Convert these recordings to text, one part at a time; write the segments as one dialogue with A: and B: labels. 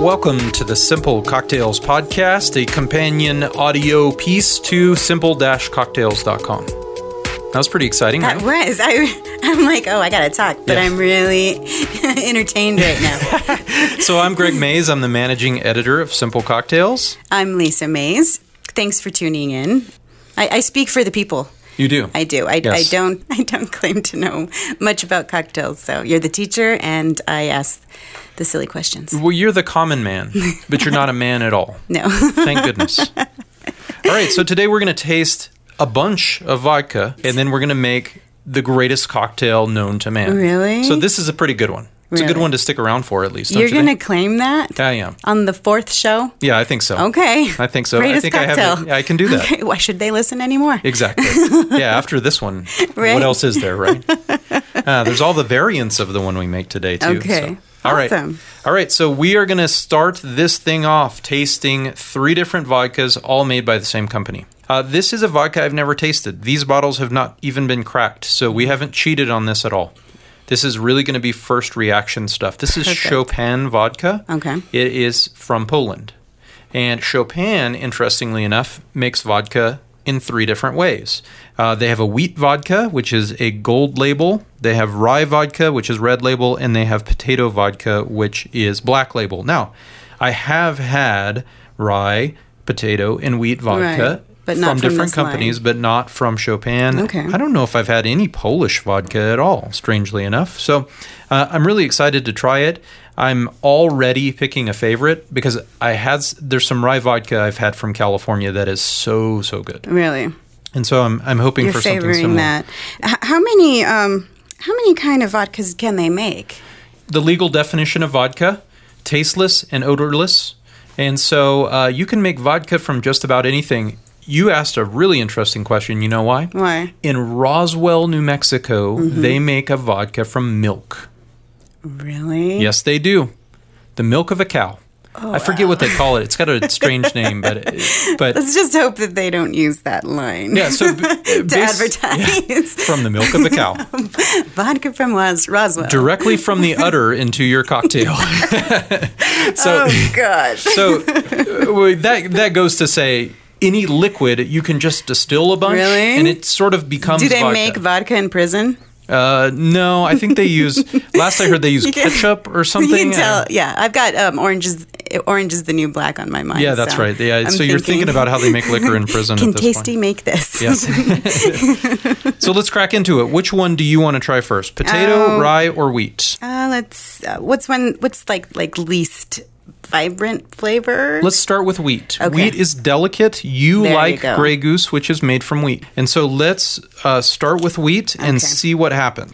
A: Welcome to the Simple Cocktails Podcast, a companion audio piece to simple cocktails.com. That was pretty exciting,
B: That
A: right?
B: was. I, I'm like, oh, I got to talk, but
A: Yeah.
B: I'm really entertained right now.
A: So, I'm Greg Mays. I'm the managing editor of Simple Cocktails.
B: I'm Lisa Mays. Thanks for tuning in. I, I speak for the people.
A: You do.
B: I do. I,
A: Yes.
B: I don't. I don't claim to know much about cocktails. So you're the teacher, and I ask the silly questions.
A: Well, you're the common man, but you're not a man at all.
B: No,
A: Thank goodness. All right, so today we're going to taste a bunch of vodka and then we're going to make the greatest cocktail known to man.
B: Really?
A: So this is a pretty good one. It's a good
B: Really?
A: one to stick around for at least. Don't
B: you're
A: you think?
B: going to claim that
A: I am.
B: on the fourth show.
A: Yeah, I think so.
B: Okay.
A: I think so. I
B: Greatest
A: think I have
B: cocktail.
A: it. I can do that.
B: Okay. Why should they listen anymore?
A: Exactly. yeah, after this one,
B: Right.
A: what else is there, right? Uh, there's all the variants of the one we make today, too.
B: Okay.
A: So. All right.
B: Awesome.
A: All right. So we are going to start this thing off tasting three different vodkas, all made by the same company. Uh, this is a vodka I've never tasted. These bottles have not even been cracked, so we haven't cheated on this at all. This is really going to be first reaction stuff. This is
B: Perfect.
A: Chopin vodka.
B: Okay.
A: It is from Poland. And Chopin, interestingly enough, makes vodka in three different ways. Uh, they have a wheat vodka, which is a gold label. They have rye vodka, which is red label. And they have potato vodka, which is black label. Now, I have had rye, potato, and wheat vodka.
B: Right, but not from
A: different
B: this line.
A: companies, but not from Chopin.
B: Okay.
A: I don't know if I've had any Polish vodka at all, strangely enough. So uh, I'm really excited to try it. I'm already picking a favorite because I had s- there's some rye vodka I've had from California that is so so good,
B: Really.
A: and so I'm I'm hoping
B: You're
A: for something
B: favoring
A: similar.
B: that. H- how many um, how many kind of vodkas can they make?
A: The legal definition of vodka: tasteless and odorless. And so uh, you can make vodka from just about anything. You asked a really interesting question. You know why?
B: Why?
A: In Roswell, New Mexico,
B: Mm-hmm.
A: they make a vodka from milk.
B: Really?
A: Yes, they do. The milk of a cow.
B: Oh,
A: I forget what they call it. It's got a strange name, but but
B: Let's just hope that they don't use that line
A: yeah. So b-
B: to
A: bas-
B: advertise
A: from the milk of a cow
B: vodka from Ros- Roswell.
A: directly from the udder into your cocktail. so
B: oh gosh.
A: so uh, well, that that goes to say any liquid you can just distill a bunch,
B: Really?
A: and it sort of becomes.
B: Do they
A: vodka.
B: make vodka in prison?
A: Uh, no, I think they use. last I heard, they use
B: You can-
A: ketchup or
B: You
A: something.
B: can
A: Uh,
B: tell. Yeah, I've got um, orange is orange is the new black on my mind.
A: Yeah, that's
B: so
A: right. Yeah,
B: I'm
A: so you're thinking about how they make liquor in prison
B: Can
A: at this
B: Tasty
A: point.
B: make this?
A: Yes. so let's crack into it. Which one do you want to try first?
B: Oh.
A: Potato, rye, or wheat?
B: Uh, let's. Uh, what's one? What's like like least vibrant flavor?
A: Let's start with wheat.
B: Okay.
A: Wheat is delicate. You
B: There you
A: like
B: go.
A: Grey Goose, which is made from wheat. And so let's uh, start with wheat and
B: Okay.
A: see what happens.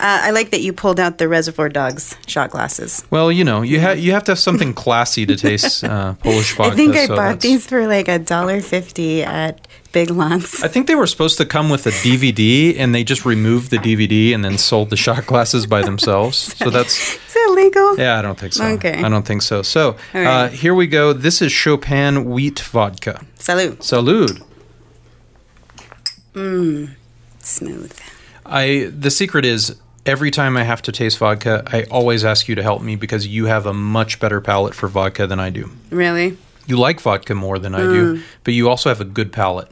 B: Uh, I like that you pulled out the Reservoir Dogs shot glasses.
A: Well, you know, you, ha- you have to have something classy to taste uh, Polish vodka.
B: I think I
A: so
B: bought
A: that's-
B: these for like a dollar fifty at Big Lots.
A: I think they were supposed to come with a DVD, and they just removed the DVD and then sold the shot glasses by themselves. So that's
B: Is that legal?
A: Yeah, I don't think so.
B: Okay.
A: I don't think so. So
B: All
A: uh,
B: right.
A: here we go. This is Chopin wheat vodka.
B: Salute.
A: Salud.
B: Smooth.
A: I the secret is every time I have to taste vodka, I always ask you to help me because you have a much better palate for vodka than I do.
B: Really?
A: You like vodka more than I
B: Mm.
A: do, but you also have a good palate.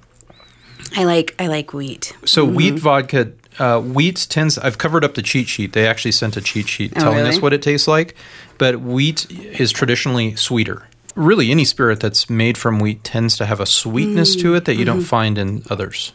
B: I like I like wheat.
A: So wheat vodka, uh, wheat tends. I've covered up the cheat sheet. They actually sent a cheat sheet telling us
B: Oh, really?
A: what it tastes like, but wheat is traditionally sweeter. Really, any spirit that's made from wheat tends to have a sweetness
B: Mm,
A: to it that you don't
B: mm-hmm.
A: find in others.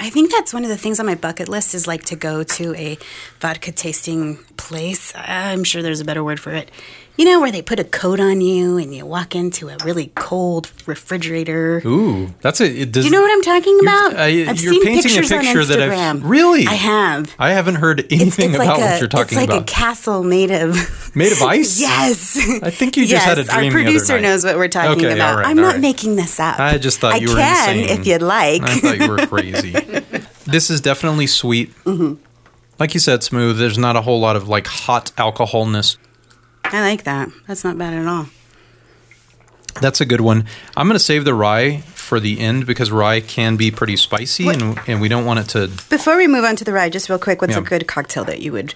B: I think that's one of the things on my bucket list is like to go to a vodka tasting place. I'm sure there's a better word for it. You know, where they put a coat on you and you walk into a really cold refrigerator.
A: Ooh, that's a, it. Does,
B: You know what I'm talking about?
A: I-
B: I've
A: you're
B: seen
A: painting a
B: pictures
A: picture
B: on
A: that I've-
B: Instagram.
A: Really?
B: I have.
A: I haven't heard anything about what you're talking
B: it's like
A: about.
B: a castle made of
A: Made of ice?
B: yes.
A: I think you just had a
B: Yes,
A: dream the
B: Our
A: other
B: producer
A: night.
B: knows what we're talking
A: Okay,
B: about.
A: all right,
B: I'm
A: all
B: not
A: right.
B: making this up.
A: I just thought you
B: I
A: were
B: can
A: insane.
B: if you'd like.
A: I thought you were crazy. this is definitely sweet. Like you said, smooth. There's not a whole lot of like hot alcoholness.
B: I like that. That's not bad at all.
A: That's a good one. I'm going to save the rye for the end because rye can be pretty spicy and, and we don't want it to.
B: Before we move on to the ride, just real quick, what's
A: Yeah.
B: a good cocktail that you would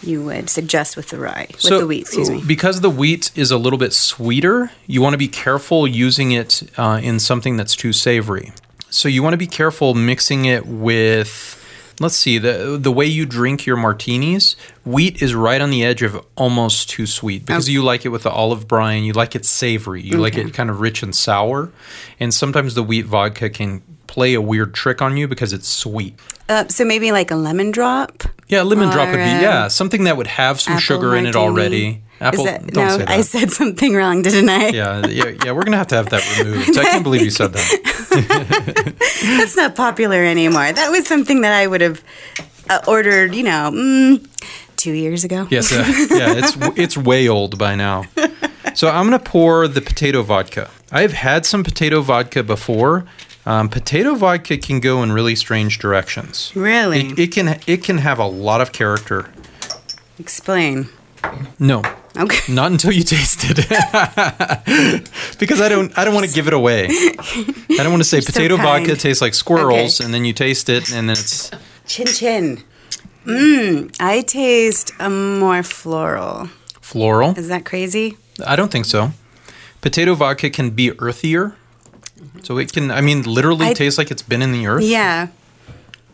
B: you would suggest with the rye, with
A: So,
B: the wheat, excuse me.
A: Because the wheat is a little bit sweeter, you want to be careful using it uh, in something that's too savory. So you want to be careful mixing it with. Let's see the the way you drink your martinis. Wheat is right on the edge of almost too sweet
B: Oh.
A: because you like it with the olive brine. You like it savory. You like it kind of rich and sour. And sometimes the wheat vodka can play a weird trick on you because it's sweet.
B: Uh, so maybe like a lemon drop.
A: Yeah, lemon drop would be
B: Or, um,
A: yeah something that would have some
B: apple
A: sugar in it
B: martini.
A: already. Apple,
B: Is that,
A: don't
B: no,
A: say that.
B: I said something wrong, didn't I?
A: Yeah, yeah, yeah. We're gonna have to have that removed. I can't believe you said that.
B: That's not popular anymore. That was something that I would have uh, ordered, you know, mm, two years ago.
A: Yes, uh, yeah. It's it's way old by now. So I'm gonna pour the potato vodka. I've had some potato vodka before. Um, potato vodka can go in really strange directions.
B: Really?
A: It, it can it can have a lot of character.
B: Explain.
A: No,
B: Okay.
A: not until you taste it, because I don't I don't want to give it away. I don't want to say potato
B: kind.
A: vodka tastes like squirrels, and then you taste it, and then it's
B: Chin chin. Mmm. I taste a more floral.
A: floral.
B: Is that crazy?
A: I don't think so. Potato vodka can be earthier. So it can, I mean, literally
B: I-
A: taste like it's been in the earth.
B: Yeah.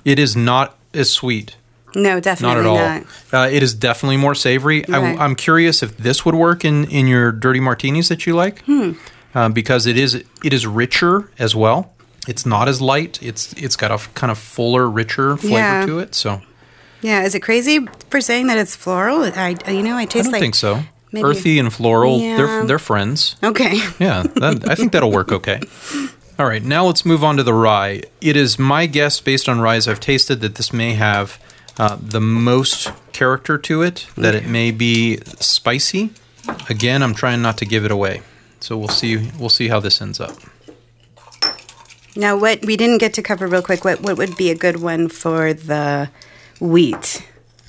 A: It is not as sweet.
B: No,
A: Not at
B: definitely not.
A: all. Uh, it is definitely more savory.
B: Right.
A: I, am curious if this would work in, in your dirty martinis that you like,
B: Hmm.
A: uh, because it is it is richer as well. It's not as light. It's it's got a f- kind of fuller, richer flavor
B: Yeah.
A: to it. So
B: Yeah. Is it crazy for saying that it's floral? I, uh, you know, I
A: I
B: taste
A: don't
B: like.
A: think so.
B: maybe-
A: Earthy and floral,
B: Yeah.
A: they're they're friends.
B: Okay.
A: Yeah, that, I think that'll work okay. All right, now let's move on to the rye. It is my guess, based on ryes I've tasted, that this may have uh, the most character to it, that it may be spicy. Again, I'm trying not to give it away. So we'll see we'll see how this ends up.
B: Now, what we didn't get to cover real quick, what, what would be a good one for the wheat?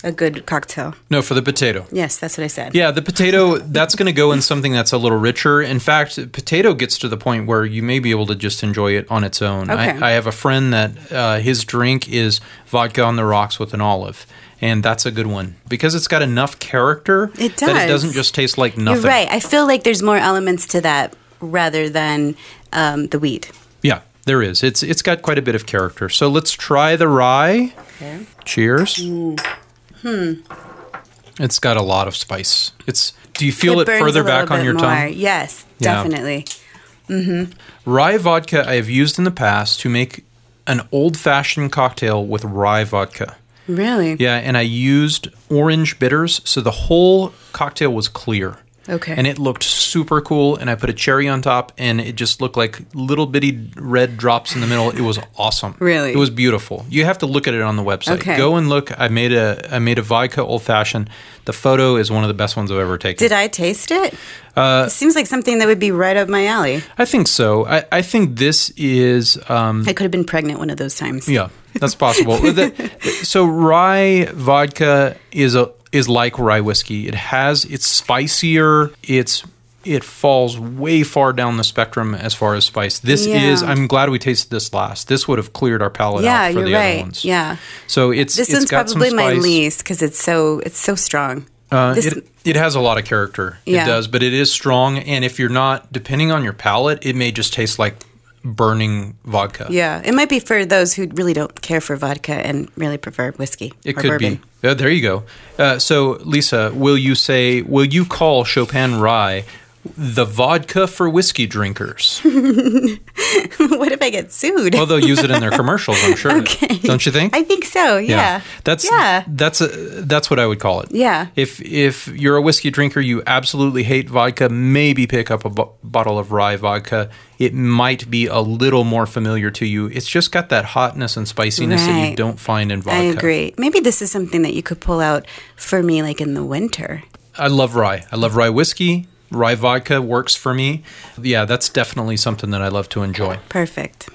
B: A good cocktail.
A: No, for the potato.
B: Yes, that's what I said.
A: Yeah, the potato that's going to go in something that's a little richer. In fact, potato gets to the point where you may be able to just enjoy it on its own.
B: Okay.
A: I, I have a friend that uh, his drink is vodka on the rocks with an olive, and that's a good one because it's got enough character
B: It
A: that it
B: does.
A: doesn't just taste like nothing.
B: You're right. I feel like there's more elements to that rather than um, the wheat.
A: Yeah, there is. It's it's got quite a bit of character. So let's try the rye.
B: Okay. Mm.
A: Cheers. Hmm. It's got a lot of spice. It's. Do you feel it,
B: burns
A: further
B: a little
A: back on
B: bit
A: your
B: more.
A: tongue?
B: Yes,
A: Yeah.
B: definitely.
A: Rye vodka I have used in the past to make an old fashioned cocktail with rye vodka.
B: Really?
A: Yeah, and I used orange bitters, so the whole cocktail was clear.
B: Okay.
A: And it looked super cool, and I put a cherry on top, and it just looked like little bitty red drops in the middle. It was awesome.
B: Really?
A: It was beautiful. You have to look at it on the website.
B: Okay.
A: Go and look. I made a I made a vodka old fashioned. The photo is one of the best ones I've ever taken.
B: Did I taste it?
A: Uh,
B: it seems like something that would be right up my alley.
A: I think so. I, I think this is um,
B: I could have been pregnant one of those times.
A: Yeah, that's possible. The- so rye vodka is a is like rye whiskey. It has it's spicier. It's it falls way far down the spectrum as far as spice. This
B: Yeah.
A: is. I'm glad we tasted this last. This would have cleared our palate
B: Yeah,
A: out for
B: you're
A: the other
B: right.
A: ones.
B: Yeah.
A: So it's
B: This
A: it's
B: one's
A: got
B: probably
A: some
B: my
A: spice.
B: least because it's so it's so strong.
A: Uh,
B: This-
A: it, it has a lot of character. It
B: Yeah.
A: does, but it is strong. And if you're not, depending on your palate, it may just taste like burning vodka.
B: yeah, it might be for those who really don't care for vodka and really prefer whiskey.
A: It
B: or
A: could
B: bourbon.
A: be. Yeah, there you go. Uh, so, Lisa, will you say, will you call Chopin Rye the vodka for whiskey drinkers?
B: what if I get sued?
A: Well, they'll use it in their commercials, I'm sure. Don't you think?
B: I think so. Yeah.
A: That's
B: yeah.
A: that's a, that's what I would call it.
B: Yeah.
A: If if you're a whiskey drinker, you absolutely hate vodka, maybe pick up a bo- bottle of rye vodka. It might be a little more familiar to you. It's just got that hotness and spiciness that you
B: Right.
A: don't find in vodka.
B: I agree. Maybe this is something that you could pull out for me, like in the winter.
A: I love rye. I love rye whiskey. Rye vodka works for me. Yeah, that's definitely something that I love to enjoy.
B: Perfect.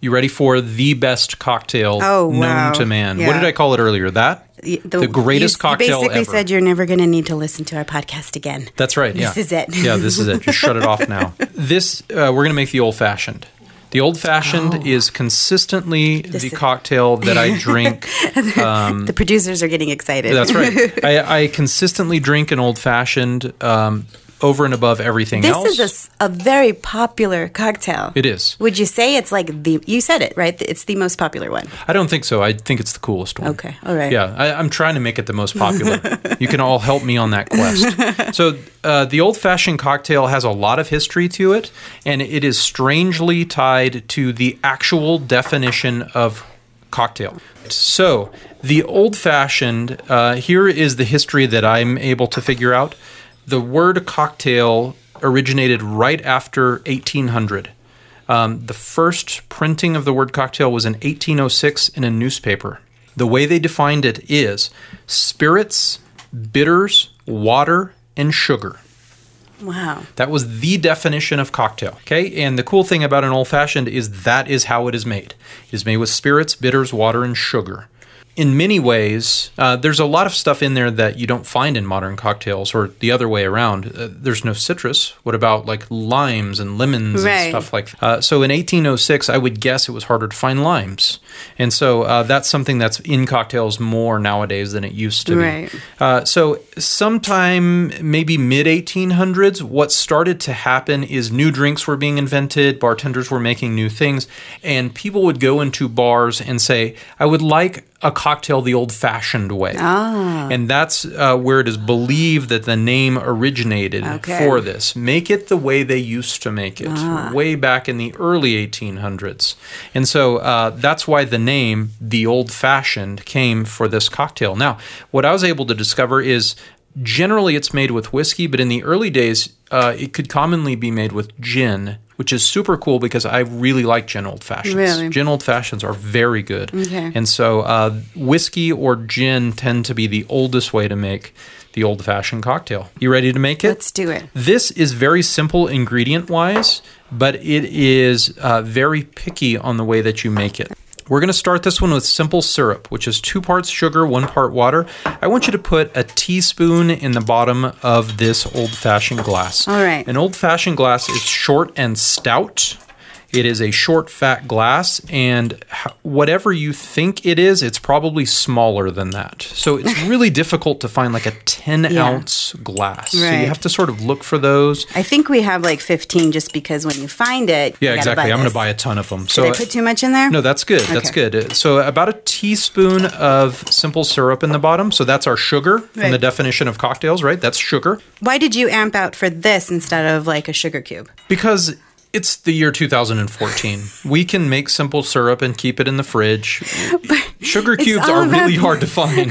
A: You ready for the best cocktail
B: Oh,
A: known
B: wow.
A: to man? What
B: Yeah.
A: did I call it earlier? That?
B: Y-
A: The greatest
B: you s-
A: cocktail
B: basically
A: ever.
B: said you're never going to need to listen to our podcast again.
A: That's right.
B: This
A: yeah.
B: is it.
A: yeah, this is it. Just shut it off now. This, uh, we're going to make the old fashioned. The old fashioned
B: Oh.
A: is consistently the cocktail that I drink.
B: the producers are getting excited.
A: That's right. I, I consistently drink an old fashioned um, over and above everything
B: This
A: else.
B: is a s- a, very popular cocktail.
A: it is.
B: Would you say it's like the? You said it right. It's the most popular one.
A: I don't think so. I think it's the coolest one.
B: Okay. All right.
A: Yeah, I, I'm trying to make it the most popular. you can all help me on that quest. So, uh, the old fashioned cocktail has a lot of history to it, and it is strangely tied to the actual definition of cocktail. So, the old fashioned, uh, here is the history that I'm able to figure out. The word cocktail originated right after 1800. Um, the first printing of the word cocktail was in 1806 in a newspaper. The way they defined it is spirits, bitters, water, and sugar.
B: Wow.
A: That was the definition of cocktail. Okay. And the cool thing about an old fashioned is that is how it is made. It is made with spirits, bitters, water, and sugar. In many ways, uh, there's a lot of stuff in there that you don't find in modern cocktails or the other way around. Uh, there's no citrus. What about like limes and lemons and
B: Right.
A: stuff like uh, So in 1806, I would guess it was harder to find limes. And so uh, that's something that's in cocktails more nowadays than it used to be.
B: Right.
A: Uh, so, sometime maybe mid 1800s, what started to happen is new drinks were being invented, bartenders were making new things, and people would go into bars and say, I would like a cocktail the old fashioned way.
B: Ah.
A: And that's uh, where it is believed that the name originated
B: Okay.
A: for this. Make it the way they used to make it,
B: Ah.
A: way back in the early 1800s. And so uh, that's why the name, the old fashioned, came for this cocktail. Now, what I was able to discover is generally it's made with whiskey, but in the early days, uh, it could commonly be made with gin. Which is super cool because I really like gin old fashions.
B: Really?
A: Gin old fashions are very good.
B: Okay.
A: And so uh, whiskey or gin tend to be the oldest way to make the old fashioned cocktail. You ready to make it?
B: Let's do it.
A: This is very simple ingredient wise, but it is uh, very picky on the way that you make it. We're going to start this one with simple syrup, which is two parts sugar, one part water. I want you to put a teaspoon in the bottom of this old fashioned glass.
B: All right.
A: An old fashioned glass is short and stout. It is a short, fat glass, and h- whatever you think it is, it's probably smaller than that. So it's really difficult to find like a 10
B: Yeah.
A: ounce glass. So you
B: Right.
A: have to sort of look for those.
B: I think we have like 15 just because when you find it,
A: Yeah,
B: you gotta
A: exactly. I'm going
B: this.
A: to buy a ton of them.
B: Did
A: So
B: I put too much in there?
A: no, that's good. That's
B: Okay.
A: good. Uh, So about a teaspoon of simple syrup in the bottom. So that's our sugar from
B: Right.
A: the definition of cocktails, right? That's sugar
B: Why did you amp out for this instead of like a sugar cube?
A: because it's the year 2014. we can make simple syrup and keep it in the fridge. sugar cubes
B: all
A: are
B: about-
A: really hard to find.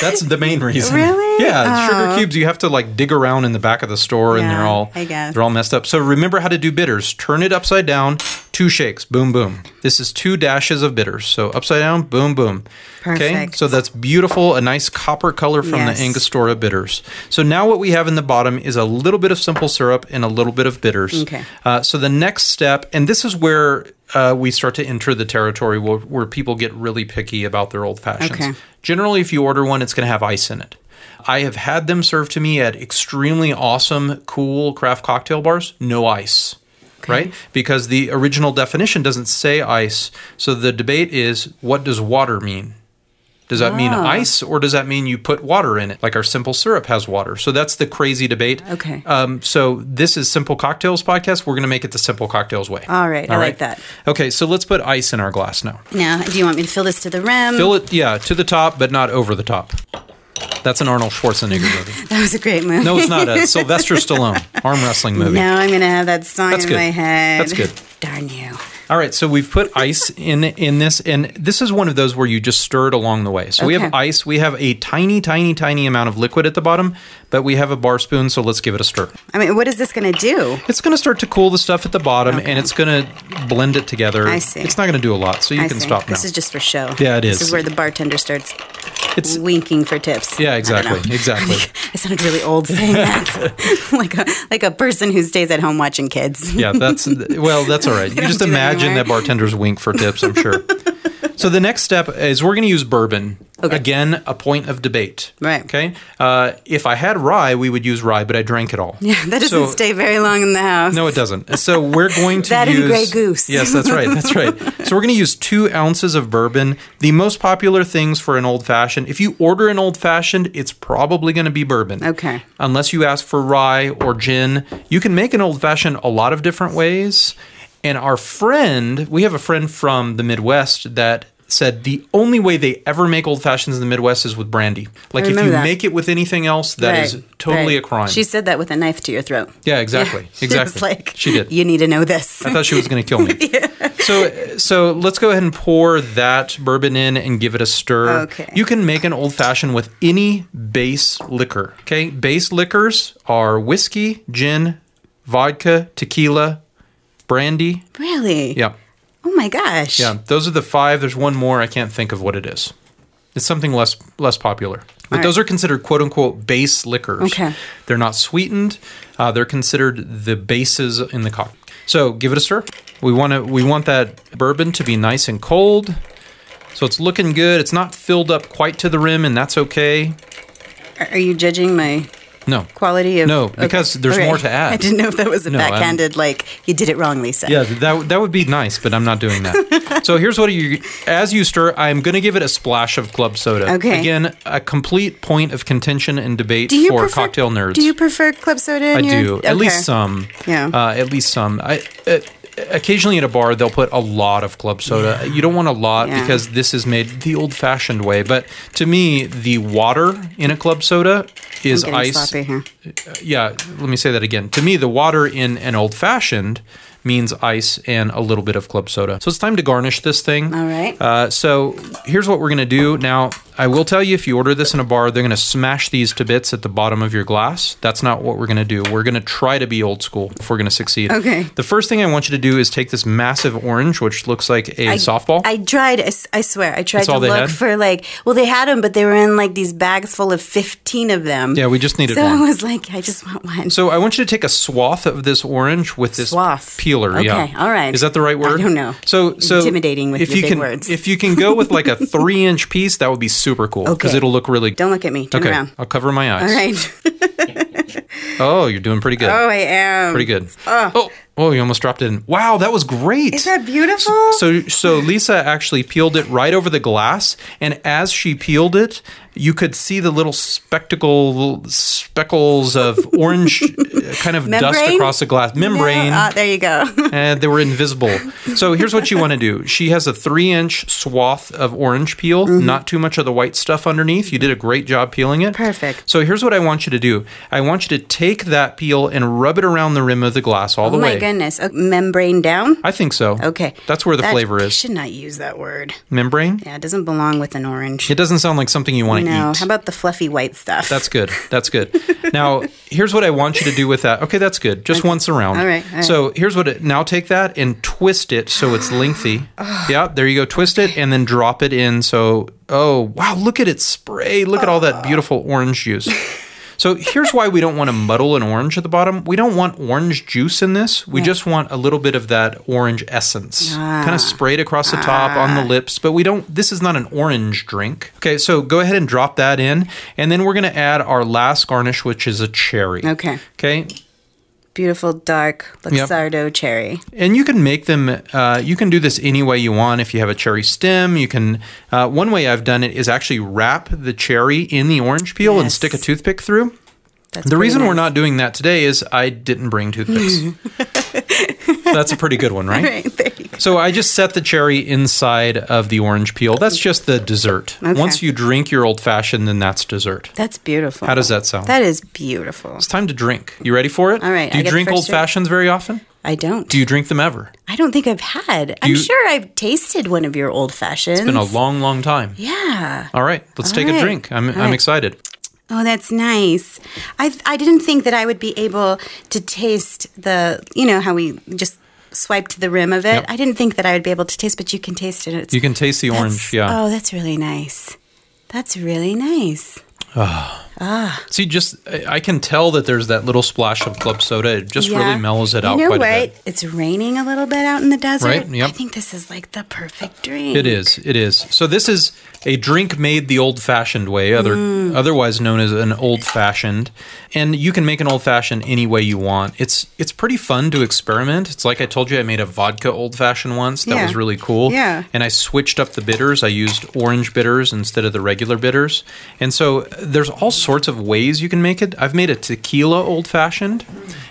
A: that's the main reason.
B: Really? Oh.
A: Yeah, sugar cubes you have to like dig around in the back of the store and they're
B: Yeah,
A: all
B: I guess.
A: they're all messed up. So remember how to do bitters. Turn it upside down, two shakes, boom boom. This is two dashes of bitters. So upside down, boom boom. Okay?
B: Perfect.
A: So that's beautiful, a nice copper color from
B: Yes.
A: the Angostura bitters. So now what we have in the bottom is a little bit of simple syrup and a little bit of bitters.
B: Okay.
A: Uh, so the next step, and this is where uh, we start to enter the territory where, where people get really picky about their old fashions.
B: Okay.
A: Generally, if you order one, it's going to have ice in it. I have had them served to me at extremely awesome, cool craft cocktail bars, no ice. Right? Because the original definition doesn't say ice. So the debate is what does water mean? Does that mean
B: Ah.
A: ice or does that mean you put water in it? Like our simple syrup has water. So that's the crazy debate.
B: Okay.
A: Um, so this is Simple Cocktails podcast. We're going to make it the Simple Cocktails way.
B: All right, I like that.
A: Okay, so let's put ice in our glass now.
B: Now, do you want me to fill this to the rim?
A: Fill it, yeah, to the top, but not over the top. That's an Arnold Schwarzenegger movie.
B: that was a great move.
A: No, it's not a Sylvester Stallone arm wrestling movie.
B: Now I'm gonna have that sign
A: That's
B: in
A: good.
B: my head.
A: That's good.
B: Darn you.
A: All right, so we've put ice in in this, and this is one of those where you just stir it along the way. So we have
B: Okay.
A: ice, we have a tiny, tiny, tiny amount of liquid at the bottom, but we have a bar spoon, so let's give it a stir.
B: I mean, what is this gonna do?
A: It's going to start to cool the stuff at the bottom, and it's going to blend it together.
B: I see.
A: It's not going to do a lot, so you
B: I
A: can
B: see.
A: stop now.
B: This is just for show.
A: Yeah, it is.
B: This is where the bartender starts
A: It's-
B: winking for tips.
A: yeah,
B: I don't know.
A: exactly, exactly.
B: I sounded really old saying that, like a like a person who stays at home watching kids.
A: Yeah, that's well, that's all right. You
B: don't
A: just
B: do
A: imagine
B: that anymore.
A: that bartenders wink for tips. I'm sure. So the next step is we're going to use bourbon. Again, a point of debate.
B: Right.
A: Okay. Uh, if I had rye, we would use rye, but I drank it all.
B: Yeah, that doesn't
A: So-
B: stay very long in the house.
A: No, it doesn't. So we're going to
B: That and
A: use
B: Grey Goose.
A: Yes, that's right. That's right. So we're going to use two ounces of bourbon. The most popular things for an old fashioned. If you order an old fashioned, it's probably going to be bourbon.
B: Okay.
A: Unless you ask for rye or gin, you can make an old fashioned a lot of different ways. And our friend, we have a friend from the Midwest that said the only way they ever make old fashions in the Midwest is with brandy. Like if
B: remember
A: you
B: that.
A: make it with anything else, that is totally a crime.
B: She said that with a knife to your throat.
A: yeah, exactly.
B: She was
A: exactly.
B: like,
A: she did.
B: You need to know this.
A: I thought she was going to kill me. So so let's go ahead and pour that bourbon in and give it a stir.
B: Okay.
A: You can make an old fashioned with any base liquor. Okay. Base liquors are whiskey, gin, vodka, tequila, brandy.
B: really?
A: Yeah.
B: Oh my gosh.
A: Yeah. Those are the five. There's one more. I can't think of what it is. It's something less less popular. But
B: All
A: those
B: right.
A: are considered quote unquote base liquors.
B: Okay.
A: They're not sweetened. Uh, they're considered the bases in the cocktail. So give it a stir. We want to we want that bourbon to be nice and cold. So it's looking good. It's not filled up quite to the rim, and that's okay.
B: Are are you judging my
A: No.
B: quality of?
A: No,
B: okay.
A: because there's
B: Okay.
A: more to add.
B: I didn't know if that was a
A: No, I'm-
B: backhanded like you did it wrong, Lisa.
A: Yeah, that that would be nice, but I'm not doing that. so here's what you as you stir, I'm going to give it a splash of club soda.
B: Okay.
A: Again, a complete point of contention and debate
B: Do you
A: for
B: prefer,
A: cocktail nerds.
B: Do you prefer club soda? In
A: I
B: your-
A: do. At
B: Okay.
A: least some.
B: Yeah.
A: Uh, at least some. I uh, occasionally at a bar they'll put a lot of club soda. You don't want a lot
B: Yeah.
A: because this is made the old-fashioned way. But to me, the water in a club soda is
B: I'm getting
A: ice. Uh,
B: sloppy here.
A: Yeah. Let me say that again. To me, the water in an old-fashioned means ice and a little bit of club soda. So it's time to garnish this thing.
B: All right.
A: Uh, so here's what we're gonna do. Now, I will tell you if you order this in a bar, they're gonna smash these to bits at the bottom of your glass. That's not what we're gonna do. We're gonna try to be old school if we're gonna succeed.
B: Okay.
A: The first thing I want you to do is take this massive orange, which looks like a
B: I-
A: softball.
B: I tried. I, s- I swear, I tried
A: That's
B: to
A: all they
B: look
A: had?
B: for like. Well, they had them, but they were in like these bags full of fifteen of them.
A: yeah, we just needed
B: So
A: one.
B: I was like, I just want one.
A: so I want you to take a swath of this orange with this
B: Swath.
A: peeler.
B: Okay,
A: yeah.
B: all right.
A: Is that the right
B: I
A: word?
B: don't know.
A: So, so
B: Intimidating with
A: if
B: your
A: you
B: big
A: can,
B: words.
A: If you can go with like a three-inch piece, that would be super cool because
B: Okay.
A: it'll look really.
B: Don't look at me. Turn
A: okay,
B: around.
A: I'll cover my eyes.
B: All right.
A: Oh, you're doing pretty good.
B: oh, I am.
A: pretty good. Oh. oh, you almost dropped it in. Wow, that was great.
B: Ah. Is that beautiful?
A: so so Lisa actually peeled it right over the glass and as she peeled it, you could see the little spectacle speckles of orange uh, kind of dust
B: Membrane?
A: across the glass membrane.
B: No? Ah, there you go.
A: and Eh, they were invisible. So here's what you want to do. She has a three inch swath of orange peel,
B: Mm-hmm.
A: not too much of the white stuff underneath. You did a great job peeling it.
B: Perfect.
A: So here's what I want you to do. I want you to take that peel and rub it around the rim of the glass all the
B: oh my
A: way.
B: goodness. Oh, membrane down.
A: I think so.
B: Okay.
A: That's where the
B: That-
A: flavor
B: I
A: is.
B: should not use that word.
A: Membrane?
B: Yeah, it doesn't belong with an orange.
A: It doesn't sound like something you want to
B: no.
A: eat.
B: How about the fluffy white stuff?
A: That's good. That's good. now, here's what I want you to do with that. Okay, that's good. Just once around.
B: All right, all right.
A: So here's what. It, now take that and twist it so it's lengthy. yeah, there you go. Twist it and then drop it in. So oh wow, look at it spray. Look at all
B: Ah.
A: that beautiful orange juice. So here's why we don't want to muddle an orange at the bottom. We don't want orange juice in this. We just want a little bit of that orange essence, kind of sprayed across the top on the
B: Ah.
A: lips. But we don't. This is not an orange drink. Okay, so go ahead and drop that in, and then we're gonna add our last garnish, which is a cherry.
B: okay.
A: Okay,
B: Beautiful dark Luxardo cherry.
A: and you can make them. Uh, you can do this any way you want. If you have a cherry stem, you can. Uh, one way I've done it is actually wrap the cherry in the orange peel and
B: Yes.
A: stick a toothpick through.
B: That's
A: The
B: pretty
A: reason we're
B: nice.
A: not doing that today is I didn't bring toothpicks. That's a pretty good one, right?
B: Right, there you go.
A: So I just set the cherry inside of the orange peel. That's just the dessert.
B: Okay.
A: Once you drink your old fashioned, then that's dessert.
B: That's beautiful.
A: How does that sound?
B: That is beautiful.
A: it's time to drink. You ready for it?
B: All right,
A: Do
B: I
A: you
B: get the
A: drink
B: first
A: old
B: drink?
A: fashions very often?
B: I don't.
A: Do you drink them ever?
B: I don't think I've had. I'm
A: you-
B: sure I've tasted one of your old fashions.
A: Been a long, long time.
B: yeah.
A: All right, let's
B: All
A: take a
B: right.
A: drink. I'm,
B: All
A: I'm
B: right.
A: excited.
B: Oh, that's nice. I I didn't think that I would be able to taste the, you know, how we just swiped the rim of it.
A: Yep.
B: I didn't think that I would be able to taste, but you can taste it. It's
A: You can taste the
B: that's-
A: orange. Yeah.
B: Oh, that's really nice. That's really nice.
A: Ah. See, just I I can tell that there's that little splash of club soda. It just really mellows it out
B: You know
A: quite
B: what?
A: a bit.
B: It's raining a little bit out in the desert.
A: Right? Yep.
B: I think this is like the perfect drink.
A: It is. It is. So this is a drink made the old-fashioned way, other
B: Mm.
A: otherwise known as an old-fashioned, and you can make an old-fashioned any way you want. It's it's pretty fun to experiment. It's like I told you, I made a vodka old-fashioned once. That
B: Yeah.
A: was really cool.
B: Yeah.
A: And I switched up the bitters. I used orange bitters instead of the regular bitters. And so uh, there's all sorts of ways you can make it. I've made a tequila old-fashioned,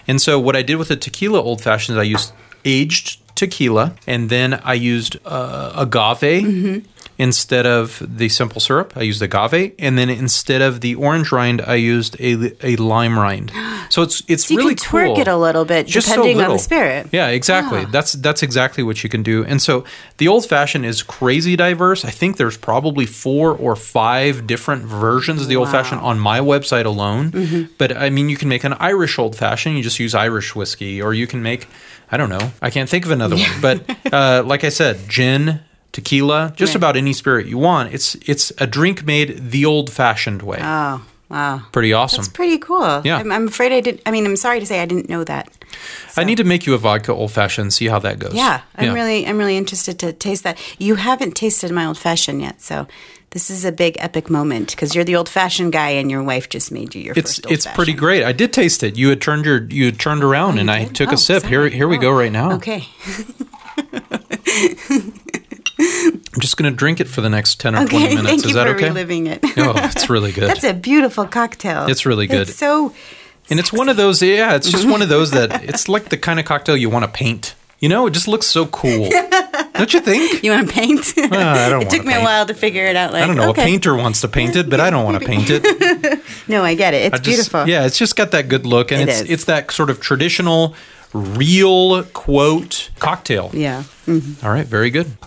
A: and so what I did with a tequila old-fashioned is I used aged tequila, and then I used uh, agave
C: Mm-hmm.
A: instead of the simple syrup. I used agave, and then instead of the orange rind, I used a, a lime rind. So it's it's
C: So you
A: really
C: can twerk
A: cool.
C: it a little bit
A: Just so
C: depending on
A: little.
C: the spirit.
A: Yeah, exactly. That's that's exactly what you can do. And so the old fashioned is crazy diverse. I think there's probably four or five different versions of the old fashioned on my website alone.
C: Mm-hmm.
A: But I mean, you can make an Irish old fashioned. You just use Irish whiskey, or you can make I don't know. I can't think of another one. But uh, like I said, gin. Tequila, just
C: Right.
A: about any spirit you want. It's it's a drink made the old-fashioned way.
C: Oh, wow.
A: Pretty awesome.
C: That's pretty cool.
A: Yeah.
C: I'm, I'm afraid I didn't. I mean, I'm sorry to say I didn't know that.
A: I need to make you a vodka old-fashioned. See how that goes.
C: Yeah, I'm really, I'm really interested to taste that. You haven't tasted my old fashioned yet, so this is a big epic moment because you're the old fashioned guy, and your wife just made you your
A: It's
C: first.
A: it's pretty
C: old-fashioned.
A: great. I did taste it. You had turned your you had turned around and I
C: did?
A: took
C: Oh,
A: a sip. Here
C: sorry.
A: here we go right now.
C: Okay,
A: I'm just gonna drink it for the next ten or twenty
C: okay.
A: minutes.
C: Thank
A: Is
C: you
A: that
C: for
A: okay?
C: reliving it.
A: Oh, it's really good.
C: That's a beautiful cocktail.
A: It's really good.
C: It's so
A: and it's one of those yeah, it's just one of those that it's like the kind of cocktail you want to paint. You know, it just looks so cool. Don't you think?
B: You want to paint?
A: Ah, I don't
B: it took
A: wanna
B: me a
A: paint.
B: while to figure it out. Like,
A: I don't know.
B: Okay.
A: A painter wants to paint it, but I don't want to paint it.
C: no, I get it. It's
A: I just-
C: beautiful.
A: Yeah, it's just got that good look, and
C: It
A: it's
C: is.
A: it's that sort of traditional, real quote cocktail.
C: yeah. Mm.
A: All right, very good.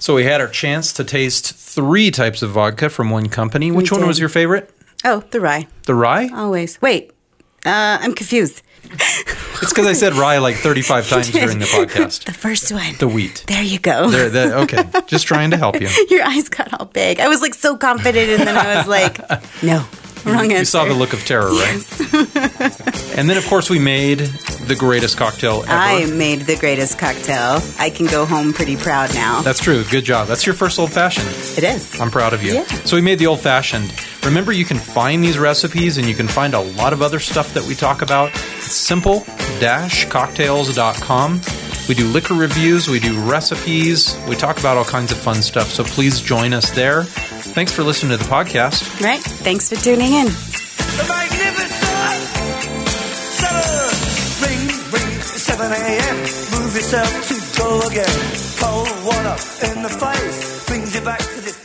A: So we had our chance to taste three types of vodka from one company. Which one
C: did.
A: was your favorite?
C: Oh, the rye.
A: The rye?
C: Always. Wait, uh, I'm confused.
A: It's because I said rye like 35 times during the podcast.
B: The first one.
A: The wheat.
B: there you go.
A: There, that, okay, just trying to help you.
C: Your eyes got all big. I was like so confident, and then I was like, no, wrong answer.
A: You saw the look of terror, right? and then, of course, we made the greatest cocktail ever.
C: I made the greatest cocktail. I can go home pretty proud now.
A: That's true. Good job. That's your first old fashioned.
C: It is.
A: I'm proud of you.
C: Yeah.
A: So we made the old fashioned. Remember, you can find these recipes and you can find a lot of other stuff that we talk about. It's simple cocktails.com. We do liquor reviews, we do recipes, we talk about all kinds of fun stuff. So please join us there. Thanks for listening to the podcast.
C: Right? Thanks for tuning in.
D: The magnificent seven. Ring, ring, it's 7 a.m. Move yourself to go again. Cold water in the face brings you back to this.